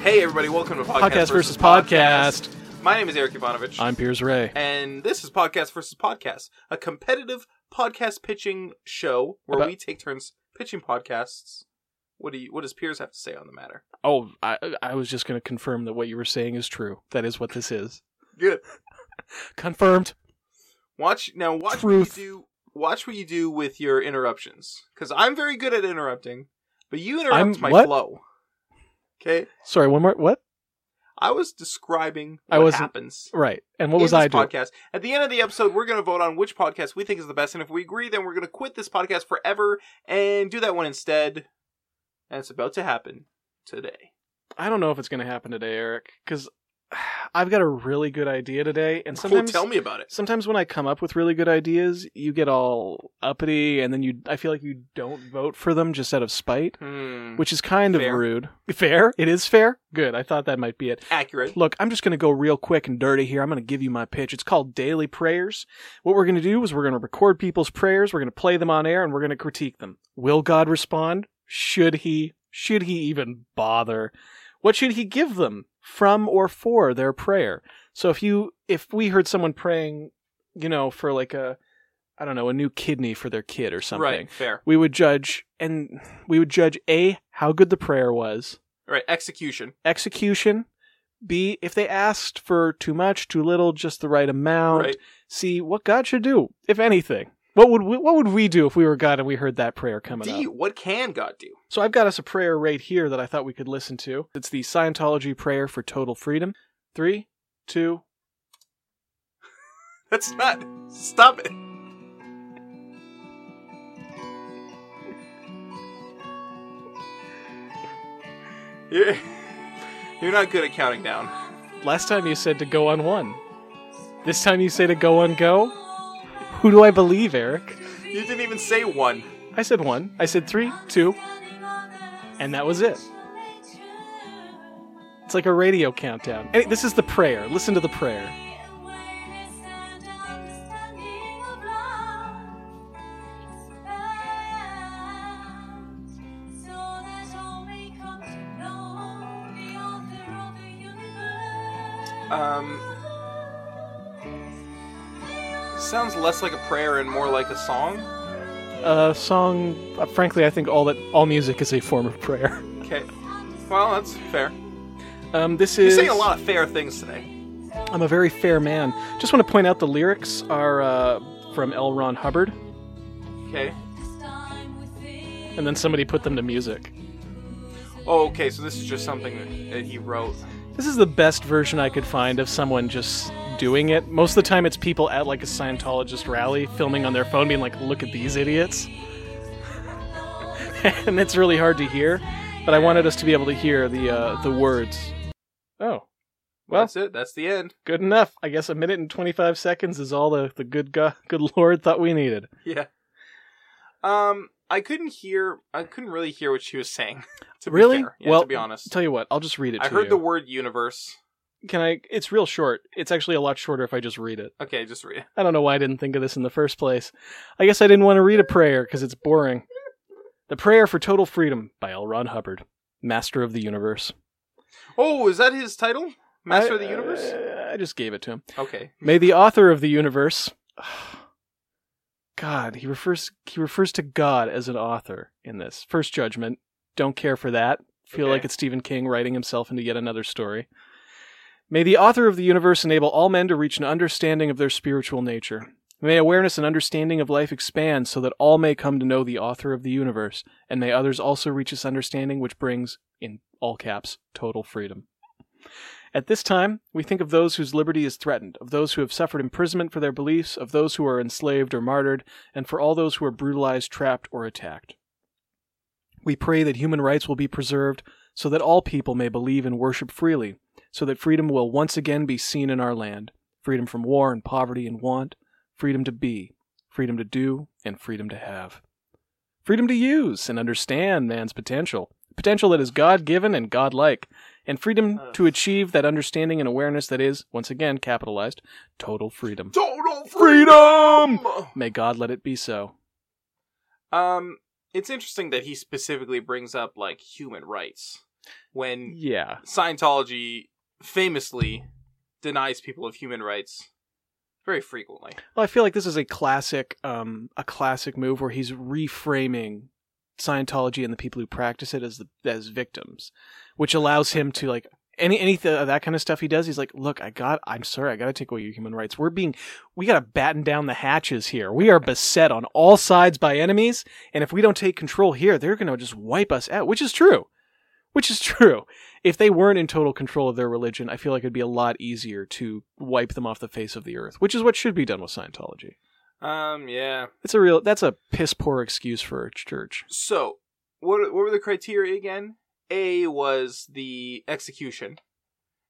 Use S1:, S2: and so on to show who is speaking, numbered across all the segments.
S1: Hey, everybody, welcome to Podcast,
S2: Podcast versus Podcast.
S1: My name is Eric Ivanovich,
S2: I'm Piers Ray.
S1: and this is Podcast versus Podcast, a competitive podcast pitching show where
S2: About-
S1: we take turns pitching podcasts. What do you, What does Piers have to say on the matter?
S2: Oh, I, I was just going to confirm that what you were saying is true. That is what this is.
S1: Good.
S2: Confirmed.
S1: Watch now. Watch
S2: Truth.
S1: what you do. Watch what you do with your interruptions, because I'm very good at interrupting, but you interrupt
S2: I'm-
S1: my
S2: what?
S1: flow. Okay,
S2: Sorry, one more. What?
S1: I was describing what
S2: I wasn't-
S1: happens.
S2: Right. And what
S1: in
S2: was
S1: this
S2: I doing?
S1: podcast. At the end of the episode, we're going to vote on which podcast we think is the best, and if we agree, then we're going to quit this podcast forever and do that one instead. And it's about to happen today.
S2: I don't know if it's going to happen today, Eric, because I've got a really good idea today. And sometimes,
S1: cool, tell me about it.
S2: sometimes when I come up with really good ideas, you get all uppity, and then you I feel like you don't vote for them just out of spite,
S1: Hmm.
S2: which is kind of
S1: Fair.
S2: rude. Fair? It is fair? Good. I thought that might be it.
S1: Accurate.
S2: Look, I'm just going to go real quick and dirty here. I'm going to give you my pitch. It's called Daily Prayers. What we're going to do is we're going to record people's prayers, we're going to play them on air, and we're going to critique them. Will God respond? Should he? Should he even bother? What should he give them from or for their prayer? So if you if we heard someone praying, you know, for like a I don't know, a new kidney for their kid or something.
S1: Right. Fair.
S2: We would judge and we would judge A how good the prayer was,
S1: All right. Execution.
S2: execution. B, if they asked for too much, too little, just the right amount.
S1: Right.
S2: C, what God should do, if anything. What would we, what would we do if we were God and we heard that prayer coming
S1: D.
S2: up?
S1: What can God do?
S2: So I've got us a prayer right here that I thought we could listen to. It's the Scientology prayer for total freedom. Three, two.
S1: That's not. Stop it. You're, you're not good at counting down.
S2: Last time you said to go on one. This time you say to go on go. Who do I believe, Eric?
S1: You didn't even say one.
S2: I said one. I said three, two, and that was it. It's like a radio countdown. Any- this is the prayer. Listen to the prayer.
S1: Um, sounds less like a prayer and more like a song.
S2: uh, song. Uh, frankly, I think all that all music is a form of prayer.
S1: Okay. Well, that's fair.
S2: Um, this
S1: You're
S2: is.
S1: saying a lot of fair things today.
S2: I'm a very fair man. Just want to point out the lyrics are uh, from L. Ron Hubbard,
S1: Okay.
S2: and then somebody put them to music.
S1: Oh, okay. So this is just something that, that he wrote.
S2: This is the best version I could find of someone just doing it. Most of the time, it's people at like a Scientologist rally filming on their phone, being like, "Look at these idiots," and it's really hard to hear. But I wanted us to be able to hear the uh, the words. Oh.
S1: Well,
S2: Well,
S1: that's it. That's the end.
S2: Good enough. I guess a minute and 25 seconds is all the, the good go- good Lord thought we needed.
S1: Yeah. Um, I couldn't hear. I couldn't really hear what she was saying. to be
S2: Really?
S1: fair. Yeah,
S2: Well,
S1: to be honest,
S2: Tell you what, I'll just read it
S1: I
S2: to
S1: heard
S2: you.
S1: the word universe.
S2: Can I? It's real short. It's actually a lot shorter if I just read it.
S1: Okay, just read. it.
S2: I don't know why I didn't think of this in the first place. I guess I didn't want to read a prayer because it's boring. The Prayer for Total Freedom by L. Ron Hubbard, Master of the Universe.
S1: Oh, is that his title? Master of the
S2: I- uh,
S1: Universe.
S2: I just gave it to him.
S1: Okay.
S2: May the author of the universe God, he refers he refers to God as an author in this. First judgment. Don't care for that. Feel
S1: Okay.
S2: like it's Stephen King writing himself into yet another story. May the author of the universe enable all men to reach an understanding of their spiritual nature. May awareness and understanding of life expand so that all may come to know the author of the universe, and may others also reach this understanding which brings, in all caps, total freedom. At this time, we think of those whose liberty is threatened, of those who have suffered imprisonment for their beliefs, of those who are enslaved or martyred, and for all those who are brutalized, trapped, or attacked. We pray that human rights will be preserved so that all people may believe and worship freely, so that freedom will once again be seen in our land freedom from war and poverty and want, freedom to be, freedom to do, and freedom to have. Freedom to use and understand man's potential, potential that is God given and God like, and freedom to achieve that understanding and awareness that is, once again capitalized, total freedom.
S1: Total
S2: Freedom! May God let it be so.
S1: Um, it's interesting that he specifically brings up like human rights when
S2: Yeah.
S1: Scientology famously denies people of human rights very frequently.
S2: Well, I feel like this is a classic, um, a classic move where he's reframing Scientology and the people who practice it as the as victims, which allows him to like any any th- uh, that kind of stuff he does. He's like, look, I got, I'm sorry, I got to take away your human rights. We're being, we got to batten down the hatches here. We are beset on all sides by enemies, and if we don't take control here, they're gonna just wipe us out. Which is true. Which is true. If they weren't in total control of their religion, I feel like it'd be a lot easier to wipe them off the face of the earth, which is what should be done with Scientology.
S1: Um, yeah.
S2: It's a real that's a piss poor excuse for a church.
S1: So, what what were the criteria again? A was the execution.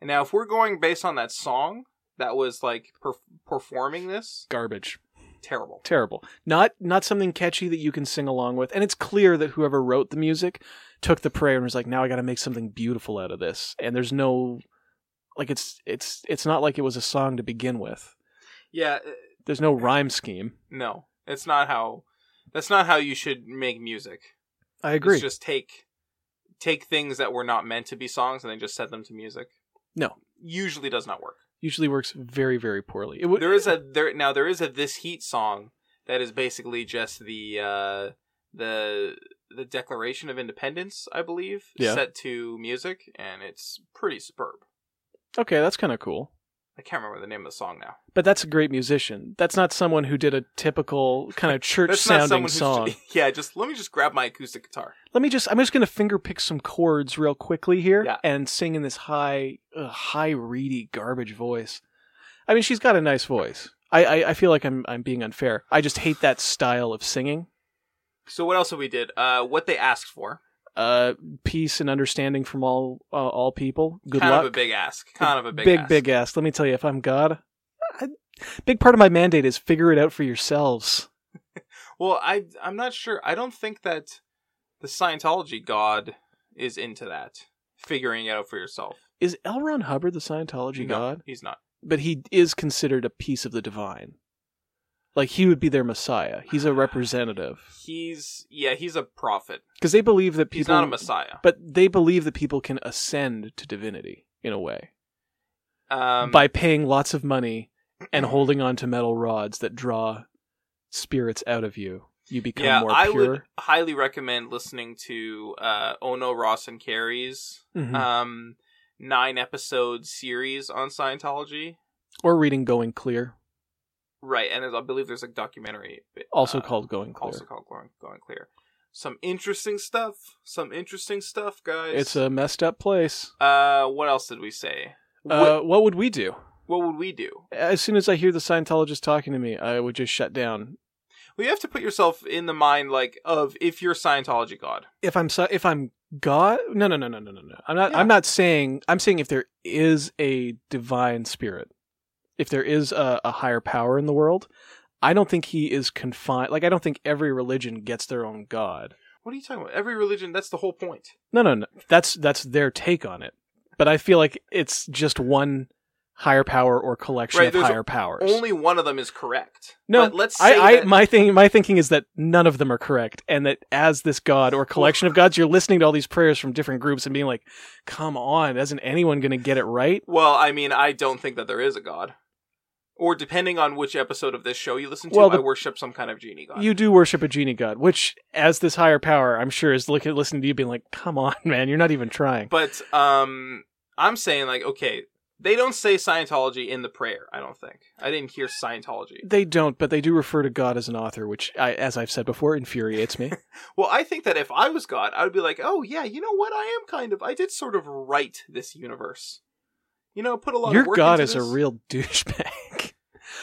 S1: And now, if we're going based on that song that was like per- performing this,
S2: Garbage.
S1: terrible.
S2: Terrible. Not not something catchy that you can sing along with. And it's clear that whoever wrote the music took the prayer and was like, now I gotta make something beautiful out of this. And there's no like it's it's it's not like it was a song to begin with.
S1: Yeah, uh,
S2: There's no rhyme scheme.
S1: no, it's not how. That's not how you should make music.
S2: I agree.
S1: It's just take take things that were not meant to be songs and then just set them to music.
S2: No.
S1: usually does not work.
S2: Usually works very, very poorly. It would
S1: there is a there now there is a this heat song that is basically just the uh the the declaration of independence i believe
S2: Yeah.
S1: set to music and it's pretty superb
S2: Okay, that's kinda cool.
S1: i can't remember the name of the song now
S2: But that's a great musician. That's not someone who did a typical kind of church sounding song.
S1: who's yeah just let me just grab my acoustic guitar
S2: let me just i'm just gonna finger pick some chords real quickly here
S1: Yeah.
S2: and sing in this high uh, high reedy garbage voice i mean she's got a nice voice I, I i feel like i'm i'm being unfair i just hate that style of singing
S1: so what else have we did uh what they asked for
S2: uh peace and understanding from all uh, all people good
S1: kind
S2: luck
S1: of a big ask kind of a big
S2: big
S1: ask.
S2: big ass let me tell you if i'm god I, big part of my mandate is figure it out for yourselves
S1: well i i'm not sure i don't think that the scientology god is into that figuring it out for yourself
S2: is L. Ron Hubbard the Scientology
S1: No,
S2: god?
S1: he's not
S2: but he is considered a piece of the divine. Like he would be their messiah. He's a representative
S1: he's yeah he's a prophet
S2: because they believe that people.
S1: He's not a messiah.
S2: But they believe that people can ascend to divinity in a way
S1: Um,
S2: by paying lots of money and holding on to metal rods that draw spirits out of you. You become
S1: yeah,
S2: more
S1: I
S2: pure.
S1: would highly recommend listening to uh, Ono Ross and Carrie's
S2: Mhm.
S1: um, nine episode series on Scientology.
S2: or reading "Going Clear,"
S1: Right, and there's- I believe there's a documentary
S2: also
S1: uh,
S2: called "Going Clear."
S1: also called Going, Going Clear. Some interesting stuff. Some interesting stuff, guys.
S2: It's a messed up place.
S1: uh, what else did we say?
S2: Uh, what would we do?
S1: What would we do?
S2: As soon as I hear the Scientologist talking to me, I would just shut down
S1: Well, you have to put yourself in the mind like of if you're Scientology God.
S2: if I'm so, if I'm God, no, no, no, no, no, no, no. I'm not.
S1: Yeah.
S2: I'm not saying. I'm saying if there is a divine spirit, if there is a, a higher power in the world, I don't think he is confined. Like I don't think every religion gets their own God.
S1: What are you talking about? Every religion, that's the whole point.
S2: No, no, no. That's that's their take on it. But I feel like it's just one higher power or collection
S1: Right,
S2: of
S1: there's
S2: higher powers.
S1: Only one of them is correct.
S2: no,
S1: but let's say
S2: I, I
S1: that-
S2: my thing my thinking is that none of them are correct, and that as this god or collection of gods, you're listening to all these prayers from different groups and being like, "Come on, isn't anyone going to get it right?"
S1: Well, I mean, I don't think that there is a god. Or depending on which episode of this show you listen to,
S2: Well, the-
S1: I worship some kind of genie god.
S2: You do worship a genie god, which, as this higher power, I'm sure is looking listening to you, being like, "Come on, man, you're not even trying."
S1: But um I'm saying like okay, they don't say Scientology in the prayer, I don't think. I didn't hear Scientology.
S2: They don't, but they do refer to God as an author, which, I, as I've said before, infuriates me.
S1: Well, I think that if I was God, I would be like, "Oh yeah, you know what? I am kind of I did sort of write this universe." You know, put a lot
S2: Your
S1: of work
S2: God
S1: into
S2: is a
S1: this.
S2: real douchebag.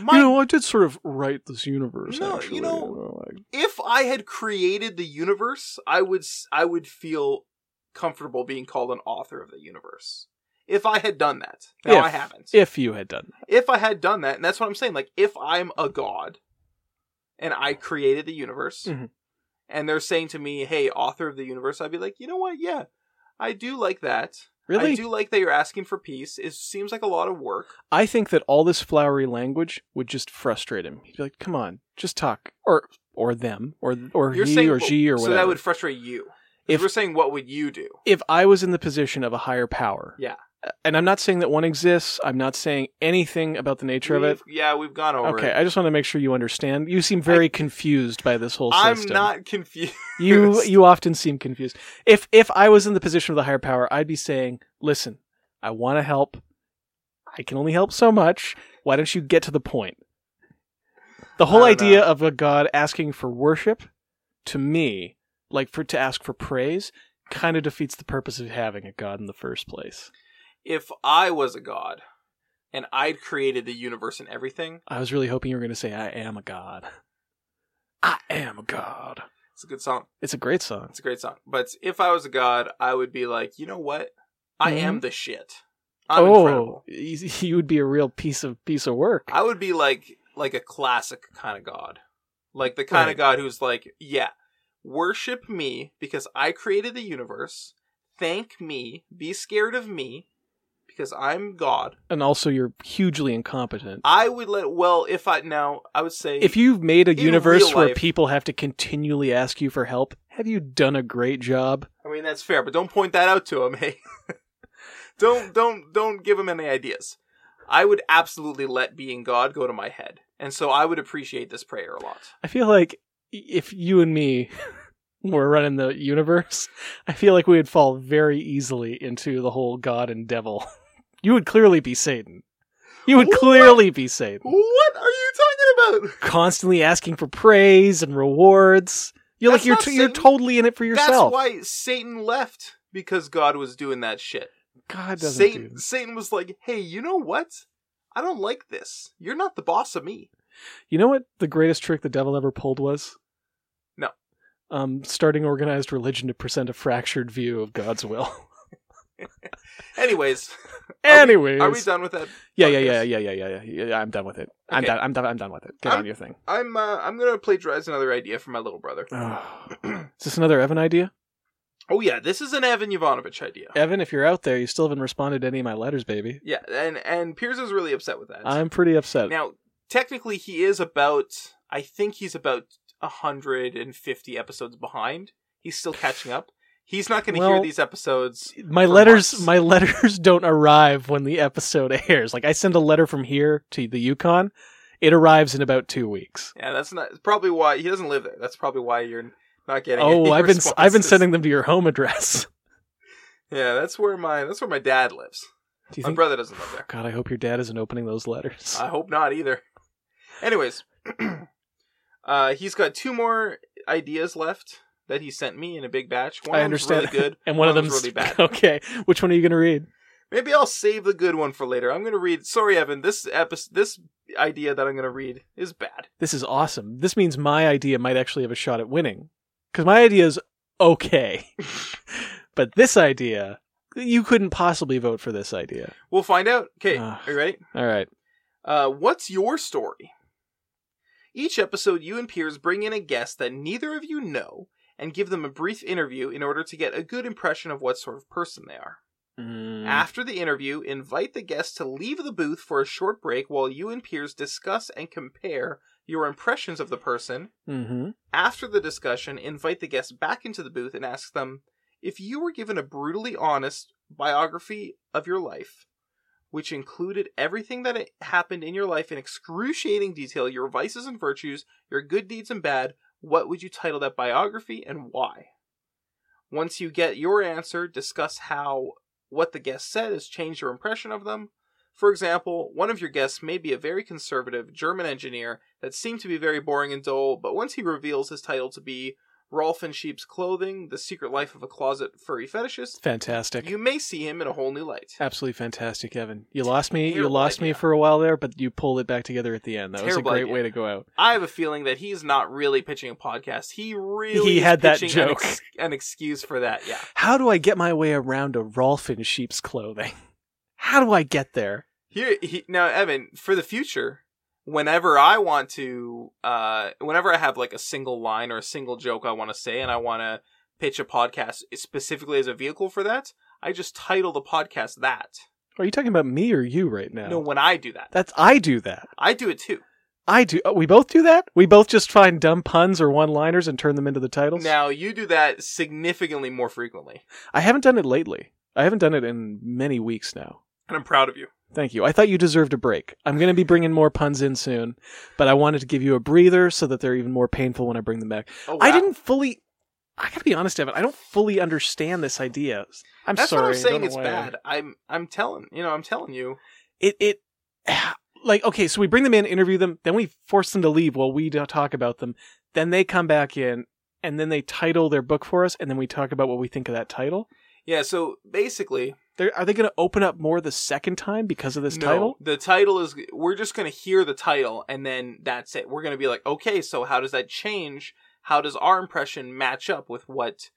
S1: My
S2: You know, I did sort of write this universe.
S1: No, you
S2: actually.
S1: know-
S2: Like,
S1: if I had created the universe, I would s- I would feel comfortable being called an author of the universe. If I had done that, no,
S2: If-
S1: I haven't. If,
S2: if you had done that,
S1: I had done that, and that's what I'm saying. Like, if I'm a god, and I created the universe,
S2: Mhm.
S1: and they're saying to me, "Hey, author of the universe," I'd be like, you know what? Yeah, I do like that.
S2: really,
S1: I do like that you're asking for peace. It seems like a lot of work.
S2: I think that all this flowery language would just frustrate him. He'd be like, "Come on, just talk," or or them, or or
S1: You're
S2: he
S1: saying
S2: or she or
S1: so
S2: whatever.
S1: that would frustrate you. If
S2: If-
S1: we're saying what would you do?
S2: if I was in the position of a higher power. uh,
S1: Yeah.
S2: And I'm not saying that one exists. I'm not saying anything about the nature of it.
S1: We've- yeah, we've gone over.
S2: Okay,
S1: it.
S2: I just want to make sure you understand. You seem very confused by this whole
S1: I'm
S2: system.
S1: not confused.
S2: You you often seem confused. If if I was in the position of the higher power, I'd be saying, "Listen, I want to help. I can only help so much. Why don't you get to the point?" The whole
S1: I don't
S2: idea
S1: know.
S2: of a god asking for worship to me, like for to ask for praise, kind of defeats the purpose of having a god in the first place.
S1: If I was a god and I'd created the universe and everything,
S2: I was really hoping you were going to say, "I am a god. I am a god."
S1: it's a good song.
S2: It's a great song.
S1: It's a great song. But if I was a god, I would be like, you know what? I
S2: Mm-hmm.
S1: am the shit. I'm
S2: Oh.
S1: incredible.
S2: you you would be a real piece of piece of work.
S1: I would be like like a classic kind of god. Like the kind
S2: Right.
S1: of god who's like, yeah, worship me because I created the universe. Thank me. Be scared of me because I'm God.
S2: and also you're hugely incompetent.
S1: I would let well if I now I would say
S2: If you've made a
S1: In
S2: universe
S1: real
S2: where
S1: life-
S2: people have to continually ask you for help, have you done a great job?
S1: I mean that's fair, but don't point that out to him, hey. don't don't don't give him any ideas. I would absolutely let being God go to my head. And so I would appreciate this prayer a lot.
S2: I feel like i- if you and me were running the universe, I feel like we would fall very easily into the whole God and devil. You would clearly be Satan. You would
S1: What?
S2: clearly be Satan.
S1: What are you talking about?
S2: Constantly asking for praise and rewards. You're
S1: That's
S2: like you're
S1: not
S2: t- you're
S1: Satan.
S2: totally in it for
S1: That's
S2: yourself.
S1: why Satan left because God was doing that shit.
S2: God doesn't do
S1: Satan
S2: that.
S1: Satan was like, "Hey, you know what? I don't like this. You're not the boss of me."
S2: You know what the greatest trick the devil ever pulled was?
S1: No.
S2: Um, starting organized religion to present a fractured view of God's will.
S1: Anyways,
S2: Anyways,
S1: are we done with that?
S2: yeah, yeah, yeah,
S1: podcast?
S2: yeah, yeah, yeah, yeah, yeah, yeah. I'm done with it. I'm
S1: Okay.
S2: done. I'm done. I'm done with it. Get on your thing.
S1: I'm uh, I'm going to plagiarize another idea from my little brother.
S2: Oh. Is this another Evan idea?
S1: Oh yeah, this is an Evan Ivanovich idea.
S2: Evan, if you're out there, you still haven't responded to any of my letters, baby.
S1: Yeah, and and Piers is really upset with that.
S2: I'm pretty upset.
S1: now, technically he is about I think he's about 150 episodes behind. He's still catching up. He's not going to hear
S2: Well-
S1: these episodes
S2: my
S1: for
S2: letters,
S1: months.
S2: my letters don't arrive when the episode airs. Like I send a letter from here to the Yukon, it arrives in about two weeks.
S1: Yeah, that's not it's probably why he doesn't live there. That's probably why you're not getting.
S2: Oh,
S1: any
S2: I've been I've been
S1: responses.
S2: sending them to your home address.
S1: Yeah, that's where my that's where my dad lives.
S2: Do you
S1: My
S2: think?
S1: brother doesn't live there.
S2: God, I hope your dad isn't opening those letters.
S1: I hope not either. Anyways, uh, he's got two more ideas left that he sent me in a big batch. One
S2: I
S1: of them's
S2: understand.
S1: really good.
S2: and one, of
S1: one's
S2: them's
S1: really bad.
S2: okay. Which one are you going to read?
S1: Maybe I'll save the good one for later. I'm gonna read. Sorry, Evan. This episode, this idea that I'm gonna read is bad.
S2: This is awesome. This means my idea might actually have a shot at winning because my idea is okay, but this idea you couldn't possibly vote for this idea.
S1: We'll find out. Okay,
S2: Ah.
S1: are you ready?
S2: All right.
S1: Uh, what's your story? Each episode, you and Piers bring in a guest that neither of you know and give them a brief interview in order to get a good impression of what sort of person they are.
S2: Hmm.
S1: After the interview, invite the guest to leave the booth for a short break while you and Piers discuss and compare your impressions of the person. Ah.
S2: hmm
S1: After the discussion, invite the guest back into the booth and ask them if you were given a brutally honest biography of your life, which included everything that it- happened in your life in excruciating detail, your vices and virtues, your good deeds and bad, what would you title that biography and why? Once you get your answer, discuss how what the guest said has changed your impression of them. For example, one of your guests may be a very conservative German engineer that seemed to be very boring and dull, but once he reveals his title to be Rolf in Sheep's Clothing, The Secret Life of a Closet Furry Fetishist,
S2: Fantastic.
S1: you may see him in a whole new light.
S2: Absolutely fantastic, Evan. You lost me. You
S1: Terrible
S2: lost me
S1: idea.
S2: for a while there, but you pulled it back together at the end. That
S1: Terrible
S2: was a great
S1: idea.
S2: way to go out.
S1: I have a feeling that he's not really pitching a podcast. He really
S2: He
S1: is
S2: had that
S1: pitching An,
S2: joke.
S1: ex- an excuse for that. Yeah,
S2: How do I get my way around a Rolf in sheep's clothing? How do I get there?
S1: here he, now, Evan, for the future, whenever I want to, uh, whenever I have like a single line or a single joke I want to say, and I want to pitch a podcast specifically as a vehicle for that, I just title the podcast that.
S2: Are you talking about me or you right now?
S1: No, when I do that,
S2: That's I do that.
S1: I do it too.
S2: I do. oh, We both do that. We both just find dumb puns or one-liners and turn them into the titles.
S1: Now you do that significantly more frequently,
S2: I haven't done it lately. I haven't done it in many weeks now.
S1: and I'm proud of you.
S2: Thank you. I thought you deserved a break. I'm going to be bringing more puns in soon, but I wanted to give you a breather so that they're even more painful when I bring them back.
S1: Oh, wow.
S2: I didn't fully. I gotta be honest, Evan. I don't fully understand this idea. I'm
S1: That's
S2: sorry.
S1: what I'm
S2: I
S1: saying.
S2: don't know
S1: It's
S2: why I-
S1: bad. I'm I'm telling you know I'm telling you.
S2: It it like okay. So we bring them in, interview them, then we force them to leave while we don't talk about them. Then they come back in, and then they title their book for us, and then we talk about what we think of that title.
S1: Yeah. So basically,
S2: They're, are they going to open up more the second time because of this
S1: no,
S2: title?
S1: The title is we're just gonna hear the title and then that's it. We're gonna be like, okay, so how does that change? How does our impression match up with what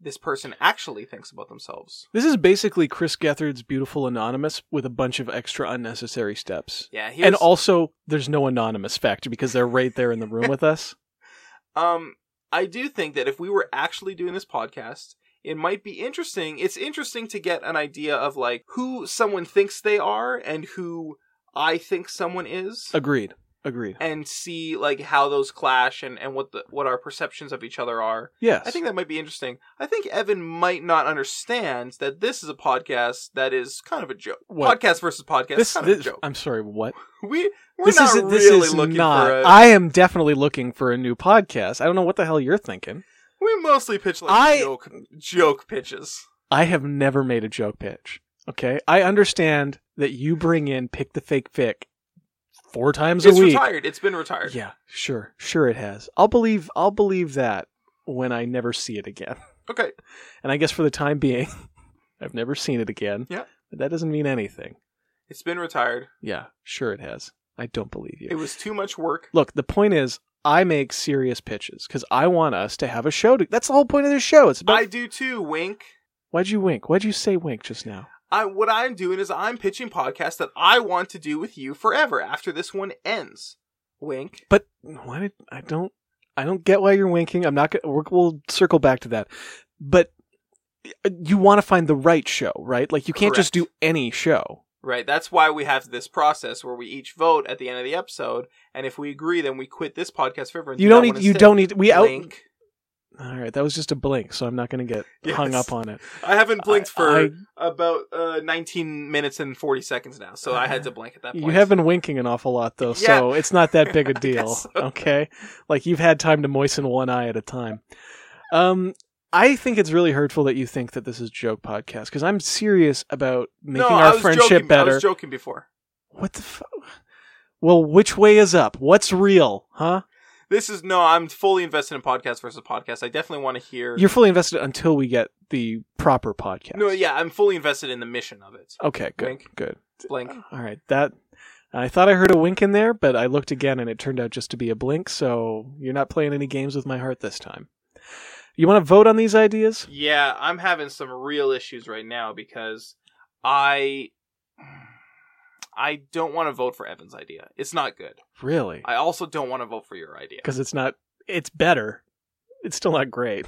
S1: this person actually thinks about themselves?
S2: This is basically Chris Gethard's Beautiful Anonymous with a bunch of extra unnecessary steps.
S1: Yeah. Here's,
S2: And also, there's no anonymous factor because they're right there in the room with us.
S1: Um, I do think that if we were actually doing this podcast, it might be interesting. It's interesting to get an idea of like who someone thinks they are and who I think someone is,
S2: Agreed. Agreed.
S1: and see like how those clash and and what the what our perceptions of each other are.
S2: Yes.
S1: I think that might be interesting. I think Evan might not understand that this is a podcast that is kind of a joke.
S2: What?
S1: Podcast versus podcast,
S2: this,
S1: kind of
S2: this-
S1: a joke.
S2: I'm sorry, what?
S1: We we're
S2: This
S1: not
S2: is
S1: really
S2: this is
S1: looking
S2: not.
S1: for a.
S2: I am definitely looking for a new podcast. I don't know what the hell you're thinking.
S1: we mostly pitch like
S2: I-
S1: joke joke pitches.
S2: I have never made a joke pitch. Okay? I understand that you bring in pick the fake pick four times
S1: It's
S2: a week.
S1: retired. It's been retired.
S2: Yeah, sure. Sure it has. I'll believe I'll believe that when I never see it again.
S1: Okay.
S2: And I guess for the time being, I've never seen it again.
S1: Yeah.
S2: But that doesn't mean anything.
S1: It's been retired.
S2: Yeah, sure it has. I don't believe you.
S1: It was too much work.
S2: Look, the point is, I make serious pitches because I want us to have a show. To- That's the whole point of this show. It's about.
S1: I do too, wink.
S2: Why'd you wink? Why'd you say wink just now?
S1: I what I'm doing is I'm pitching podcasts that I want to do with you forever after this one ends. Wink.
S2: But why did I don't? I don't get why you're winking. I'm not. Gonna, we're, we'll circle back to that. But you want to find the right show, right? Like you can't just do
S1: Correct.
S2: any show.
S1: Right. That's why we have this process where we each vote at the end of the episode, and if we agree, then we quit this podcast forever. And
S2: You
S1: do
S2: don't
S1: that one
S2: need. You
S1: instead.
S2: don't need. We out.
S1: Wink.
S2: All right, that was just a blink, so I'm not going to get hung
S1: Yes.
S2: up on it.
S1: I haven't blinked for
S2: I-
S1: about uh, 19 minutes and 40 seconds now, so I had to blink at that point.
S2: You have been winking an awful lot though, so it's not that big a deal.
S1: so.
S2: Okay, like you've had time to moisten one eye at a time. Um, I think it's really hurtful that you think that this is a joke podcast because I'm serious about making
S1: no, I
S2: our
S1: was
S2: friendship
S1: joking. I
S2: better.
S1: was joking before.
S2: what the? Fu- well, which way is up? What's real, huh?
S1: This is no. I'm fully invested in podcast versus podcast. I definitely want to hear.
S2: You're fully invested until we get the proper podcast.
S1: No, yeah, I'm fully invested in the mission of it.
S2: Okay, good,
S1: Wink.
S2: good.
S1: Blank.
S2: All right, that. I thought I heard a wink in there, but I looked again and it turned out just to be a blink, so you're not playing any games with my heart this time. You want to vote on these ideas?
S1: Yeah, I'm having some real issues right now because I I don't want to vote for Evan's idea. It's not good.
S2: Really?
S1: I also don't want to vote for your idea.
S2: Because it's not, it's better. It's still not great.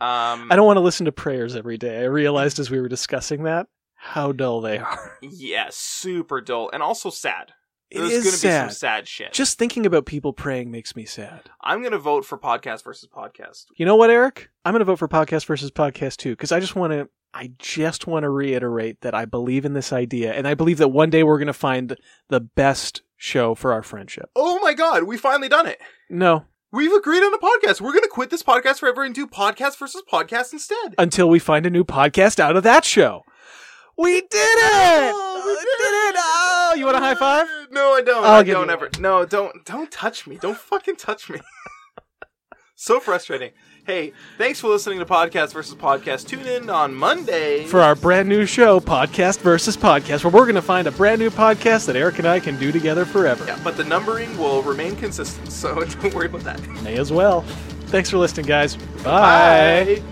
S1: Um
S2: I don't want to listen to prayers every day. I realized as we were discussing that how dull they are.
S1: yeah, super dull and also sad.
S2: It
S1: There's
S2: is
S1: gonna
S2: sad.
S1: be some sad shit.
S2: Just thinking about people praying makes me sad.
S1: I'm gonna vote for podcast versus podcast.
S2: You know what, Eric? I'm going to vote for podcast versus podcast too because I just want to. I just want to reiterate that I believe in this idea, and I believe that one day we're going to find the best show for our friendship.
S1: Oh my god, we finally done it.
S2: No,
S1: We've agreed on a podcast. We're gonna quit this podcast forever and do podcast versus podcast instead.
S2: until we find a new podcast out of that show. We did it!
S1: Oh, we
S2: Oh, did it! Oh, you want a high five?
S1: No, I don't.
S2: I'll
S1: I
S2: give
S1: don't
S2: you
S1: ever. No, don't don't touch me. Don't fucking touch me. so frustrating. Hey, thanks for listening to Podcast versus Podcast. Tune in on Monday.
S2: For our brand new show, Podcast versus Podcast, where we're going to find a brand new podcast that Eric and I can do together forever.
S1: yeah, but the numbering will remain consistent, so don't worry about that.
S2: May as well. Thanks for listening, guys. Bye.
S1: Bye.